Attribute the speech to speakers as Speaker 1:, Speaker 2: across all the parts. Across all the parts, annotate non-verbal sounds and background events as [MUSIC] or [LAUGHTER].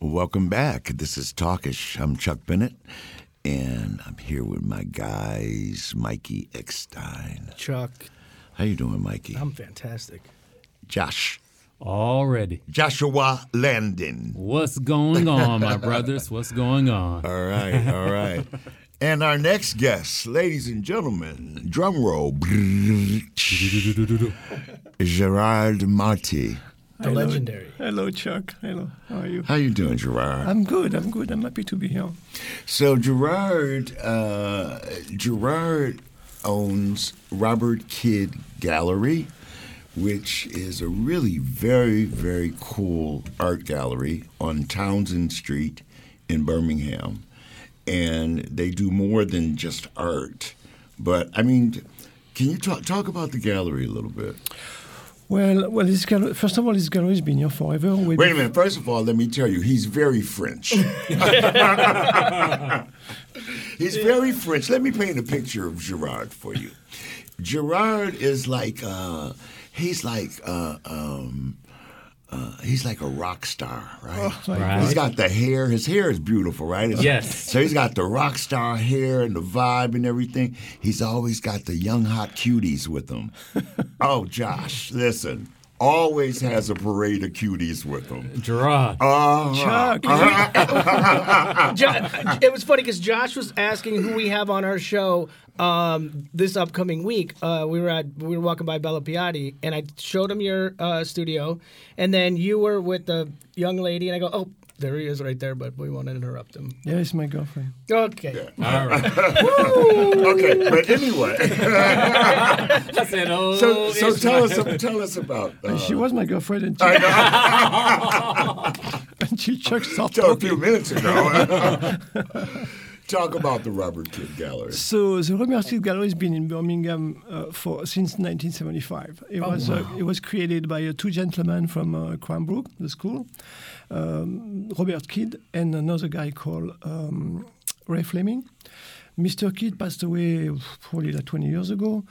Speaker 1: Welcome back. This is Talkish. I'm Chuck Bennett, and I'm here with my guys, Mikey Eckstein.
Speaker 2: Chuck,
Speaker 1: How you doing, Mikey?
Speaker 2: I'm fantastic.
Speaker 1: Josh.
Speaker 3: Already.
Speaker 1: Joshua Landon.
Speaker 3: What's going on, my brothers? What's going on?
Speaker 1: All right, all right. and our next guest, ladies and gentlemen, drum roll, Gerard Marty.
Speaker 2: The legendary.
Speaker 4: Hello, Chuck. Hello. How are you?
Speaker 1: How you doing, Gerard?
Speaker 4: I'm good. I'm good. I'm happy to be here.
Speaker 1: So Gerard, uh, Gerard owns Robert Kidd Gallery, which is a really very very cool art gallery on Townsend Street in Birmingham, and they do more than just art. But I mean, can you talk talk about the gallery a little bit?
Speaker 4: Well, well. This gallery, first of all, this gallery has been here forever. We-
Speaker 1: Wait a minute. First of all, let me tell you, he's very French. he's very French. Let me paint a picture of Gerard for you. Gerard is like uh, he's like uh, um, uh, he's like a rock star, right?
Speaker 3: Right.
Speaker 1: He's got the hair. His hair is beautiful, right? It's-
Speaker 3: Yes.
Speaker 1: So he's got the rock star hair and the vibe and everything. He's always got the young hot cuties with him. oh, Josh, listen. Always has a parade of cuties with
Speaker 3: [LAUGHS]
Speaker 1: him.
Speaker 3: Gerard.
Speaker 1: uh, uh-huh.
Speaker 2: Chuck. [LAUGHS] Jo- it was funny because Josh was asking who we have on our show um, this upcoming week. Uh, we were at we were walking by Bella Piatti, and I showed him your uh, studio, and then you were with the young lady, and I go, oh. There he is right there, but we won't interrupt him.
Speaker 4: Yeah, it's my girlfriend.
Speaker 2: Okay.
Speaker 3: All right.
Speaker 1: Okay, but anyway.
Speaker 3: I said,
Speaker 1: [LAUGHS]
Speaker 3: oh,
Speaker 1: So, so
Speaker 3: it's
Speaker 1: tell us, tell us about. Uh,
Speaker 4: she was my girlfriend until, [LAUGHS] until Chuck started
Speaker 1: a
Speaker 4: talking.
Speaker 1: few minutes ago. [LAUGHS] Talk about the Robert Kidd Gallery.
Speaker 4: So the Robert Street Gallery has been in Birmingham uh, for since 1975. It was uh, it was created by uh, two gentlemen from uh, Cranbrook, the school, um, Robert Kidd and another guy called um, Ray Fleming. Mr. Kidd passed away probably like 20 years ago.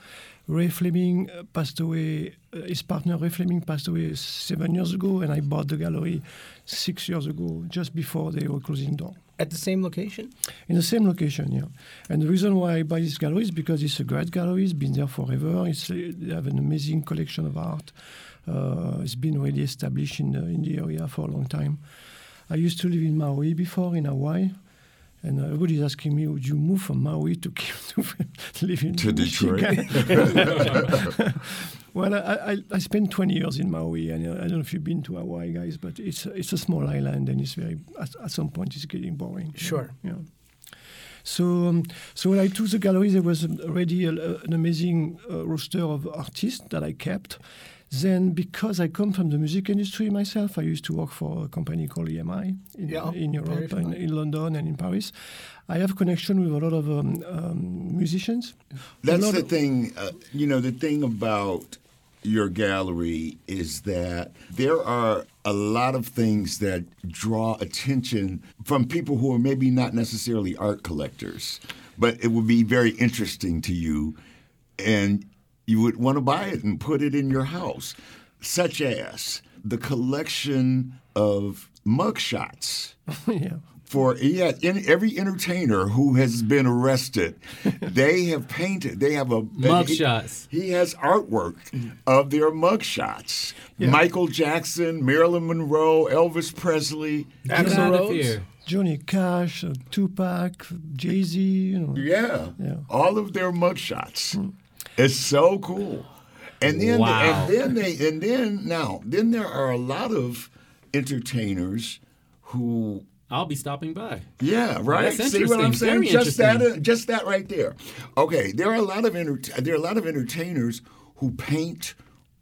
Speaker 4: Ray Fleming uh, passed away. uh, his partner Ray Fleming passed away seven years ago, and I bought the gallery six years ago, just before they were closing down
Speaker 2: At the same location?
Speaker 4: in the same location, yeah. And the reason why I buy this gallery is because it's a great gallery. It's been there forever. It's, uh, they have an amazing collection of art. Uh, it's been really established in the, in the area for a long time. I used to live in Maui before, in Hawaii. And everybody's asking me, would you move from Maui to, [LAUGHS] to live in
Speaker 1: To Detroit. [LAUGHS]
Speaker 4: Michigan?" well, I, I, I spent 20 years in Maui, and uh, I don't know if you've been to Hawaii, guys, but it's, it's a small island, and it's very, at, at some point, it's getting boring.
Speaker 2: Sure.
Speaker 4: Yeah. So, um, so when I took the gallery, there was already a, a- an amazing uh, roster of artists that I kept. Then, because I come from the music industry myself, I used to work for a company called EMI in,
Speaker 2: Yeah, very
Speaker 4: in Europe, in,
Speaker 2: familiar.
Speaker 4: in London, and in Paris. I have connection with a lot of um, um, musicians. a
Speaker 1: That's
Speaker 4: lot
Speaker 1: the
Speaker 4: of-
Speaker 1: thing. Uh, you know, the thing about your gallery is that there are a lot of things that draw attention from people who are maybe not necessarily art collectors, but it would be very interesting to you, and you would want to buy it and put it in your house, such as the collection of mugshots
Speaker 4: [LAUGHS] yeah.
Speaker 1: for yeah, in, every entertainer who has been arrested, they have painted. They have a
Speaker 3: Mugshots.
Speaker 1: He, he has artwork of their mugshots. Michael Jackson, Marilyn Monroe, Elvis Presley.
Speaker 3: Get
Speaker 2: Axl
Speaker 3: out of
Speaker 2: Rose?
Speaker 3: here.
Speaker 4: Johnny Cash, uh, Tupac, Jay Z, you know.
Speaker 1: Yeah,
Speaker 4: Yeah.
Speaker 1: all of their mugshots. It's so cool. And then
Speaker 3: Wow.
Speaker 1: and then they and then now then there are a lot of entertainers who
Speaker 3: I'll be stopping by.
Speaker 1: Yeah, right.
Speaker 3: That's
Speaker 1: See what I'm
Speaker 3: interesting.
Speaker 1: saying?
Speaker 3: Very
Speaker 1: just that, uh,
Speaker 3: interesting.
Speaker 1: just that right there. Okay, there are a lot of enter- there are a lot of entertainers who paint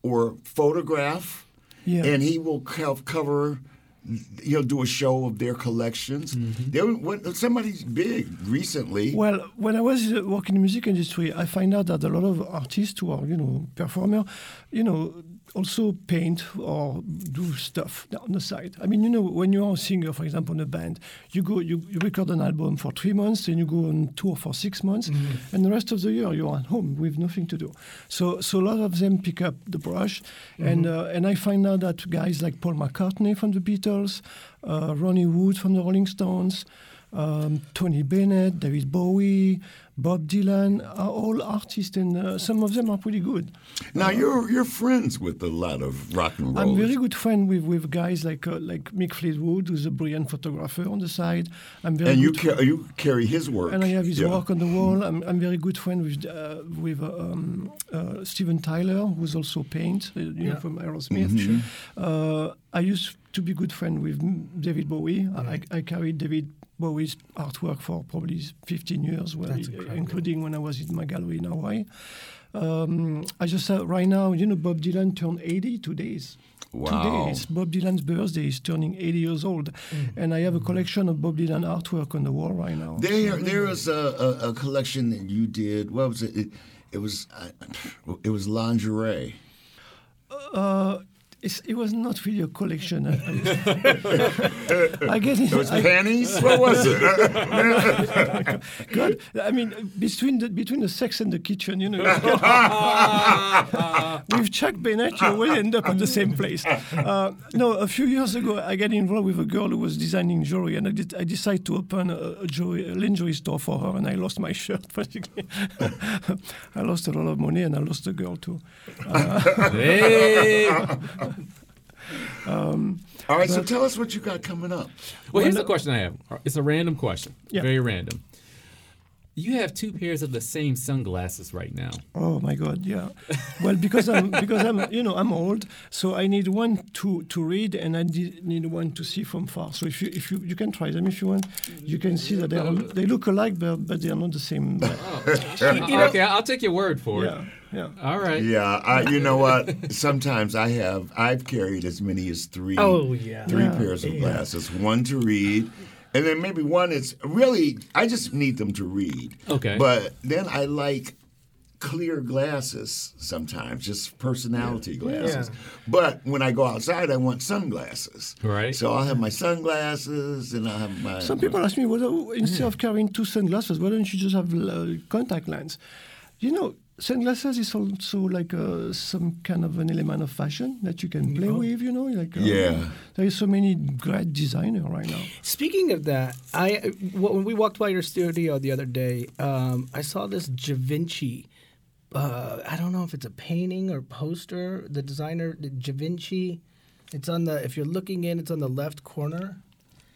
Speaker 1: or photograph,
Speaker 4: Yeah.
Speaker 1: and he will co- cover he'll do a show of their collections.
Speaker 4: Mm-hmm.
Speaker 1: There was somebody's big recently.
Speaker 4: Well, when I was uh, working in the music industry, I find out that a lot of artists who are, you know, performer, you know, also paint or do stuff on the side. I mean, you know, when you are a singer, for example, in a band, you go, you, you record an album for three months, then you go on tour for six months, and the rest of the year you are at home with nothing to do. So, so a lot of them pick up the brush, and uh, and I find out that guys like Paul McCartney from the Beatles, uh, Ronnie Wood from the Rolling Stones um, Tony Bennett, David Bowie, Bob Dylan are all artists, and uh, some of them are pretty good.
Speaker 1: now you're you're friends with a lot of rock and roll.
Speaker 4: I'm very good friend with, with guys like uh, like Mick Fleetwood, who's a brilliant photographer on the side. I'm very
Speaker 1: and you
Speaker 4: good
Speaker 1: ca- you carry his work.
Speaker 4: and I have his
Speaker 1: Yeah.
Speaker 4: work on the wall. I'm, I'm very good friend with uh, with uh, um, uh, Steven Tyler, who's also paint, uh, you know, from Aerosmith.
Speaker 1: Mm-hmm.
Speaker 4: Uh, I used to be good friend with m- David Bowie. I I, I carried David Bowie's artwork for probably 15 years, well, including when I was in my gallery in Hawaii. Um, I just uh, right now, you know, Bob Dylan turned 80 two days.
Speaker 1: Wow.
Speaker 4: Today it's Bob Dylan's birthday. He's turning 80 years old, and I have a collection of Bob Dylan artwork on the wall right now.
Speaker 1: There, there is a, a, a collection that you did. What was it? It, it was, uh, it was lingerie.
Speaker 4: Uh, it's, it was not really a collection. I, I- I guess it,
Speaker 1: It was
Speaker 4: I,
Speaker 1: panties. What was it?
Speaker 4: God, I mean, between the between the sex and the kitchen, you know, with Chuck Bennett, you will end up at the same place. Uh, no, a few years ago, I got involved with a girl who was designing jewelry, and I, did, I decided to open a, a, jewelry, a lingerie store for her, and I lost my [LAUGHS] shirt. Basically, I lost a lot of money, and I lost the girl too.
Speaker 3: Hey.
Speaker 1: [LAUGHS] All right. So tell us what you got coming up.
Speaker 3: Well, here's the question I have. It's a random question.
Speaker 4: Yeah.
Speaker 3: Very random. You have two pairs of the same sunglasses right now.
Speaker 4: Oh my God! Yeah, well, because I'm because I'm you know I'm old, so I need one to to read and I de- need one to see from far. So if you if you, you can try them if you want, you can see that they are, they look alike, but but they are not the same.
Speaker 3: okay, I'll take your word for
Speaker 4: Yeah,
Speaker 3: it.
Speaker 4: yeah.
Speaker 3: All right.
Speaker 1: Yeah. I, you know what? Sometimes I have. I've carried as many as three.
Speaker 2: Oh, yeah.
Speaker 1: Three pairs of glasses. One to read. And then maybe one is really. I just need them to read.
Speaker 3: Okay.
Speaker 1: But then I like clear glasses sometimes, just personality glasses.
Speaker 2: Yeah.
Speaker 1: But when I go outside, I want sunglasses.
Speaker 3: Right.
Speaker 1: So I'll have my sunglasses and I'll have my.
Speaker 4: Some people ask me, well, oh, instead of carrying two sunglasses, why don't you just have uh, contact lens? You know, sunglasses is also like uh, some kind of an element of fashion that you can play with. You know, like uh,
Speaker 1: Yeah.
Speaker 4: there is so many great designer right now.
Speaker 2: Speaking of that, I when we walked by your studio the other day, um, I saw this Da Vinci. Uh, I don't know if it's a painting or poster. The designer Da Vinci. It's on the. If you're looking in, it's on the left corner.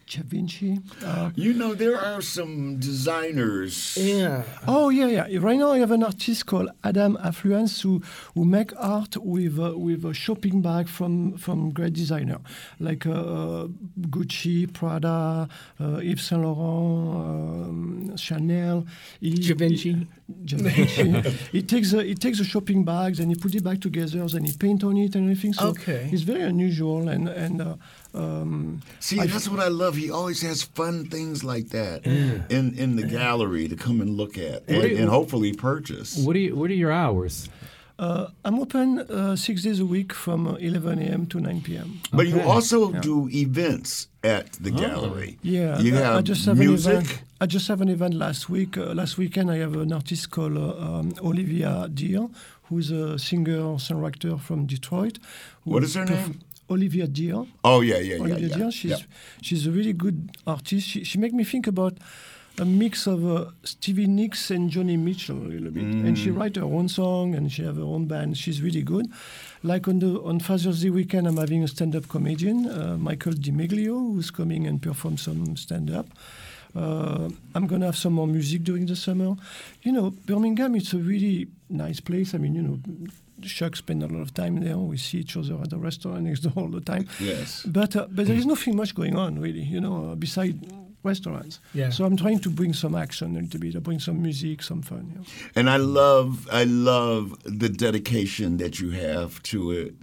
Speaker 4: Da Vinci. Uh,
Speaker 1: You know, there are some designers.
Speaker 2: Yeah.
Speaker 4: Oh yeah, yeah. Right now I have an artist called Adam Affluence who who make art with uh, with a shopping bag from from great designer like uh, Gucci, Prada, uh, Yves Saint Laurent, um, Chanel. He-
Speaker 2: Da Vinci.
Speaker 4: Da Vinci. [LAUGHS] he takes a, he takes the shopping bags and he put it back together and he paint on it and everything. So
Speaker 2: Okay.
Speaker 4: it's very unusual and and. Uh, um,
Speaker 1: See, that's what I love. He always has fun things like that in, in the gallery to come and look at and, and hopefully purchase.
Speaker 3: What are you, what are your hours?
Speaker 4: uh, I'm open uh, six days a week from uh, 11 a.m. to 9 p.m.
Speaker 1: But you also do events at the gallery.
Speaker 4: Oh, Yeah,
Speaker 1: you
Speaker 4: I-
Speaker 1: have
Speaker 4: I just have
Speaker 1: music.
Speaker 4: An event. I just have an event last week. Uh, last weekend, I have an artist called uh, um, Olivia Dear, who's a singer songwriter from Detroit. who
Speaker 1: What is her
Speaker 4: perf-
Speaker 1: name?
Speaker 4: Olivia Dear.
Speaker 1: Oh yeah, yeah, yeah,
Speaker 4: Olivia
Speaker 1: yeah.
Speaker 4: Dear. She's
Speaker 1: yeah.
Speaker 4: she's a really good artist. She she made me think about a mix of uh, Stevie Nicks and Johnny Mitchell a little bit. And
Speaker 1: Mm.
Speaker 4: she write her own song and she have her own band. She's really good. Like on the on Father's Day weekend, I'm having a stand-up comedian, uh, Michael DiMiglio, who's coming and perform some stand-up. Uh, I'm gonna have some more music during the summer. You know, Birmingham, it's a really nice place. I mean, you know, Chuck spend a lot of time there. We see each other at the restaurant next door all the time.
Speaker 1: Yes.
Speaker 4: But uh, but there is nothing much going on really, you know, uh, beside restaurants.
Speaker 2: Yeah.
Speaker 4: So I'm trying to bring some action a little bit. I bring some music, some fun. Yeah.
Speaker 1: And I love, I love the dedication that you have to it.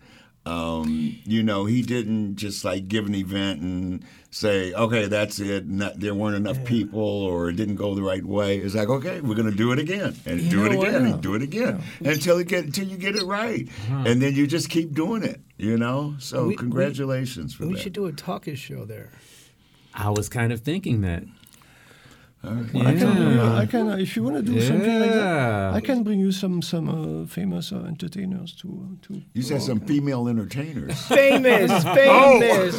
Speaker 1: Um, you know, he didn't just like give an event and say, "Okay, that's it." Not, there weren't enough people, or it didn't go the right way. It's like, "Okay, we're gonna do it again, and do it
Speaker 4: Yeah,
Speaker 1: again,
Speaker 4: wow.
Speaker 1: and do it again until it get until you get it right, and then you just keep doing it." You know. So
Speaker 2: Uh-huh. We- we-
Speaker 1: congratulations for
Speaker 2: We
Speaker 1: that.
Speaker 2: should do a talkish show there.
Speaker 3: I was kind of thinking that.
Speaker 4: I can, I can uh, if you want to do something like that,
Speaker 3: Yeah.
Speaker 4: I can bring you some some uh, famous uh, entertainers to to.
Speaker 1: you said some female
Speaker 2: [LAUGHS]
Speaker 1: entertainers.
Speaker 2: Famous, famous,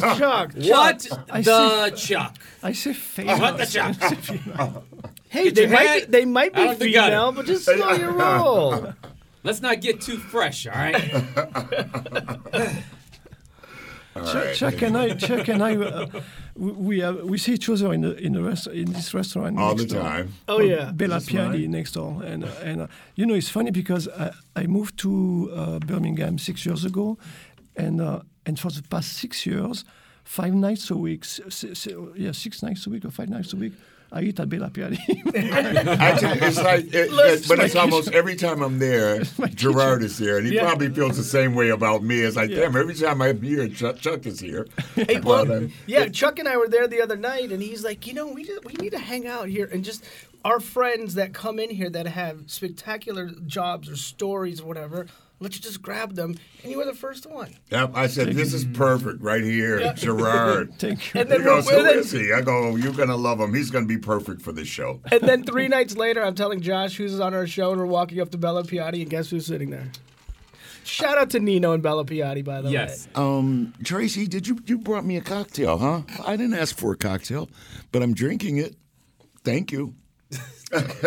Speaker 5: [LAUGHS]
Speaker 2: Chuck, Chuck.
Speaker 3: What
Speaker 4: I
Speaker 3: the chuck?
Speaker 4: I say famous.
Speaker 3: Oh,
Speaker 4: [LAUGHS]
Speaker 3: What the chuck?
Speaker 1: [LAUGHS]
Speaker 2: Hey,
Speaker 3: Did
Speaker 2: they
Speaker 3: you
Speaker 2: might,
Speaker 3: had-
Speaker 2: be, they might
Speaker 3: I
Speaker 2: be
Speaker 3: don't think I got
Speaker 2: female,
Speaker 3: it.
Speaker 2: but just slow your roll.
Speaker 3: Let's not get too fresh, all right?
Speaker 1: [LAUGHS]
Speaker 4: Chuck, Chuck and I, Chuck and I, uh, we we, uh, we see each other in the, in the rest in this restaurant
Speaker 1: All
Speaker 4: next
Speaker 1: the
Speaker 4: door.
Speaker 1: time.
Speaker 2: Oh yeah.
Speaker 4: Bella
Speaker 1: Is this mine?
Speaker 4: Piani next door, and uh, and uh, you know it's funny because I, I moved to uh, Birmingham six years ago, and uh, and for the past six years, five nights a week, s- s- s- yeah, six nights a week or five nights a week, I eat at Bella
Speaker 2: [LAUGHS]
Speaker 4: Piani. [LAUGHS]
Speaker 1: Actually, it's like, it, it, but it's almost every time I'm there, Gerard is there, and he probably feels the same way about me. It's like, damn, every time I'm here, Chuck, Chuck is here.
Speaker 2: [LAUGHS]
Speaker 1: But, um,
Speaker 2: Yeah, Chuck and I were there the other night, and he's like, you know, we just, we need to hang out here and just our friends that come in here that have spectacular jobs or stories or whatever. Let's just grab them, and you were the first one.
Speaker 1: yep, I said, this is perfect right here, Gerard.
Speaker 4: Thank you.
Speaker 2: And
Speaker 1: He
Speaker 2: then, we're-
Speaker 1: goes, who
Speaker 2: we're-
Speaker 1: is he? I go, "Oh, you're going to love him. He's going to be perfect for this show.
Speaker 2: and then three nights later, I'm telling Josh who's on our show, and we're walking up to Bella Piatti, and guess who's sitting there? Shout out to Nino and Bella Piatti, by the way.
Speaker 3: yes.
Speaker 1: Um, Tracy, did you, you brought me a cocktail, huh? I didn't ask for a cocktail, but I'm drinking it. Thank you. [LAUGHS]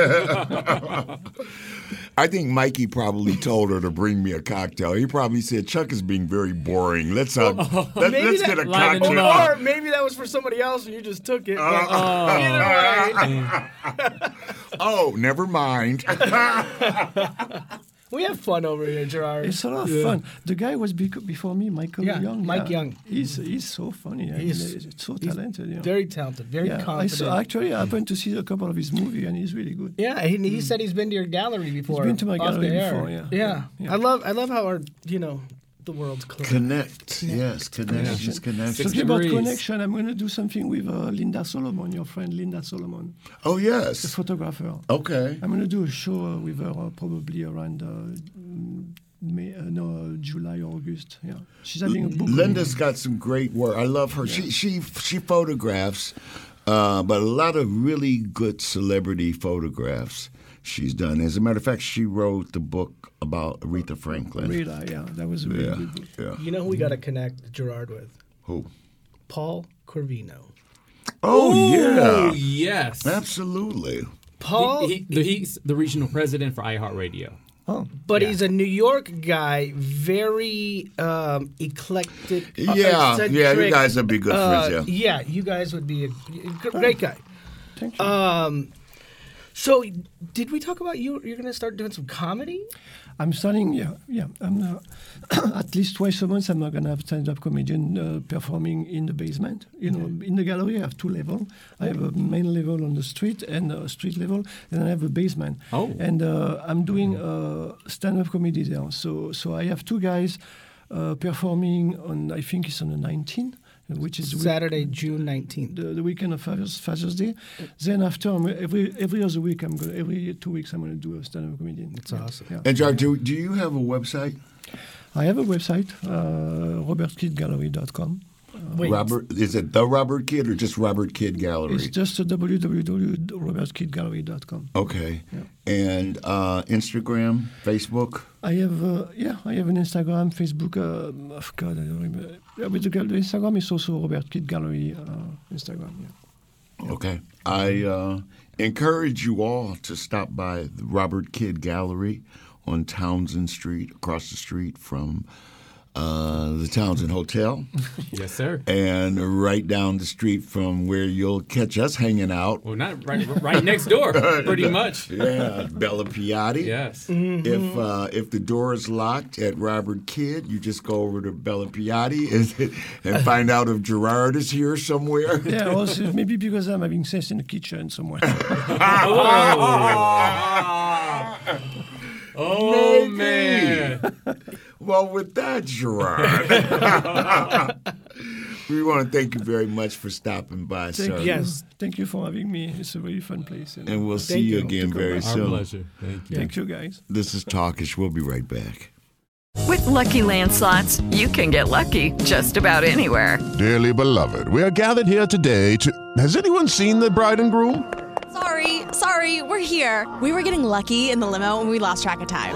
Speaker 1: I think Mikey probably told her to bring me a cocktail. He probably said, Chuck is being very boring. Let's uh, let,
Speaker 2: [LAUGHS] Maybe
Speaker 1: us
Speaker 2: that-
Speaker 1: get a
Speaker 3: Liven him
Speaker 1: cocktail.
Speaker 3: up.
Speaker 2: Or maybe that was for somebody else and you just took it. but Either way,
Speaker 1: Oh, never mind.
Speaker 2: we have fun over here, Gerard.
Speaker 4: It's a lot of fun. The guy was bec- before me, Michael
Speaker 2: Yeah,
Speaker 4: Young.
Speaker 2: Mike Young.
Speaker 4: He's he's so funny. and
Speaker 2: He's-
Speaker 4: He's, so talented. Yeah.
Speaker 2: Very talented, very
Speaker 4: yeah. I
Speaker 2: confident.
Speaker 4: saw, actually, I happened to see a couple of his movies, and he's really good.
Speaker 2: Yeah, he, he said he's been to your gallery before.
Speaker 4: Hmm. been to my
Speaker 2: off
Speaker 4: gallery
Speaker 2: the air.
Speaker 4: before, yeah.
Speaker 2: yeah.
Speaker 4: Yeah.
Speaker 2: I love I love how our you know the world's clear.
Speaker 1: [LAUGHS] Connect. Yes, connections, connections.
Speaker 4: Talking about
Speaker 3: degrees.
Speaker 4: connection, I'm going to do something with uh, Linda Solomon, your friend Linda Solomon,
Speaker 1: Oh,
Speaker 4: the
Speaker 1: yes.
Speaker 4: photographer.
Speaker 1: Okay.
Speaker 4: I'm going to do a show uh, with her uh, probably around uh, mm, May, uh, no, uh, July or August. Yeah, she's having a book.
Speaker 1: Linda's got some great work. I love her. She she she photographs, uh, but a lot of really good celebrity photographs she's done. As a matter of fact, she wrote the book about Aretha Franklin.
Speaker 4: Rita, yeah, that was a really
Speaker 1: Yeah,
Speaker 4: good book.
Speaker 1: yeah.
Speaker 2: You know who we got to connect Gerard with?
Speaker 1: Who?
Speaker 2: Paul Corvino.
Speaker 1: Oh
Speaker 3: Oh,
Speaker 1: yeah,
Speaker 3: yes.
Speaker 1: absolutely.
Speaker 2: Paul,
Speaker 3: He- he- he's the regional president for iHeartRadio.
Speaker 2: but he's a New York guy, very um, eclectic. uh,
Speaker 1: Yeah, yeah. You
Speaker 2: eccentric,
Speaker 1: guys would be good
Speaker 2: uh,
Speaker 1: friends. Yeah.
Speaker 2: yeah, you guys would be a a great guy. Um,
Speaker 4: Thank
Speaker 2: Uh,
Speaker 4: you.
Speaker 2: So, did we talk about you? You're going to start doing some comedy?
Speaker 4: I'm starting, yeah, yeah. I'm uh, [CLEARS THROAT] at least twice a month. I'm not gonna have stand-up comedian uh, performing in the basement. You know, in the gallery, I have two level. I have a main level on the street and a street level, and I have a basement.
Speaker 3: Oh.
Speaker 4: And uh, I'm doing uh, stand-up comedy there. So, so I have two guys uh, performing on. I think it's on the 19th, which is the week-
Speaker 2: Saturday, June 19th.
Speaker 4: the, the weekend of Father's, Father's Day. Then after, I'm, every every other week, I'm gonna, every two weeks, I'm going to do a stand-up comedian. That's
Speaker 2: awesome.
Speaker 4: Yeah.
Speaker 1: And Jar, do, do you have a website?
Speaker 4: I have a website, uh, robertkidgallery.com.
Speaker 2: Wait,
Speaker 1: Robert, is it the Robert Kid or just Robert Kid
Speaker 4: It's
Speaker 1: Gallery?
Speaker 4: just a www.robertkidgallery.com.
Speaker 1: Okay. And uh, Instagram, Facebook.
Speaker 4: I have, uh, yeah, I have an Instagram, Facebook. Uh, oh God, I don't remember. Yeah, but the, gal- the Instagram is also Robert Kid Gallery uh, Instagram. Yeah.
Speaker 1: Okay. I uh, encourage you all to stop by the Robert Kidd Gallery on Townsend Street, across the street from uh, the Townsend Hotel,
Speaker 3: Yes, sir.
Speaker 1: and right down the street from where you'll catch us hanging out.
Speaker 3: Well, not right, right next door, pretty much.
Speaker 1: Yeah, [LAUGHS] Bella Piatti.
Speaker 3: Yes.
Speaker 1: If uh, if the door is locked at Robert Kidd, you just go over to Bella Piatti and, [LAUGHS] and find out if Gerard is here somewhere.
Speaker 4: Yeah, also maybe because I'm having sex in the kitchen somewhere.
Speaker 3: Oh, oh, man.
Speaker 1: Well, with that, Gerard, [LAUGHS] we want to thank you very much for stopping by,
Speaker 3: Thank
Speaker 1: sir.
Speaker 3: you.
Speaker 2: Yes.
Speaker 3: Thank you for having me. It's a really fun place. And
Speaker 1: And we'll see
Speaker 2: Thank
Speaker 1: you,
Speaker 2: you.
Speaker 1: again very
Speaker 6: Our
Speaker 1: soon.
Speaker 6: pleasure. Thank you.
Speaker 3: Thank you, guys.
Speaker 1: This is Talkish. We'll be right back.
Speaker 7: With Lucky Land slots, you can get lucky just about anywhere.
Speaker 8: Dearly beloved, we are gathered here today to. Has anyone seen the bride and groom?
Speaker 9: Sorry, sorry, we're here. We were getting lucky in the limo and we lost track of time.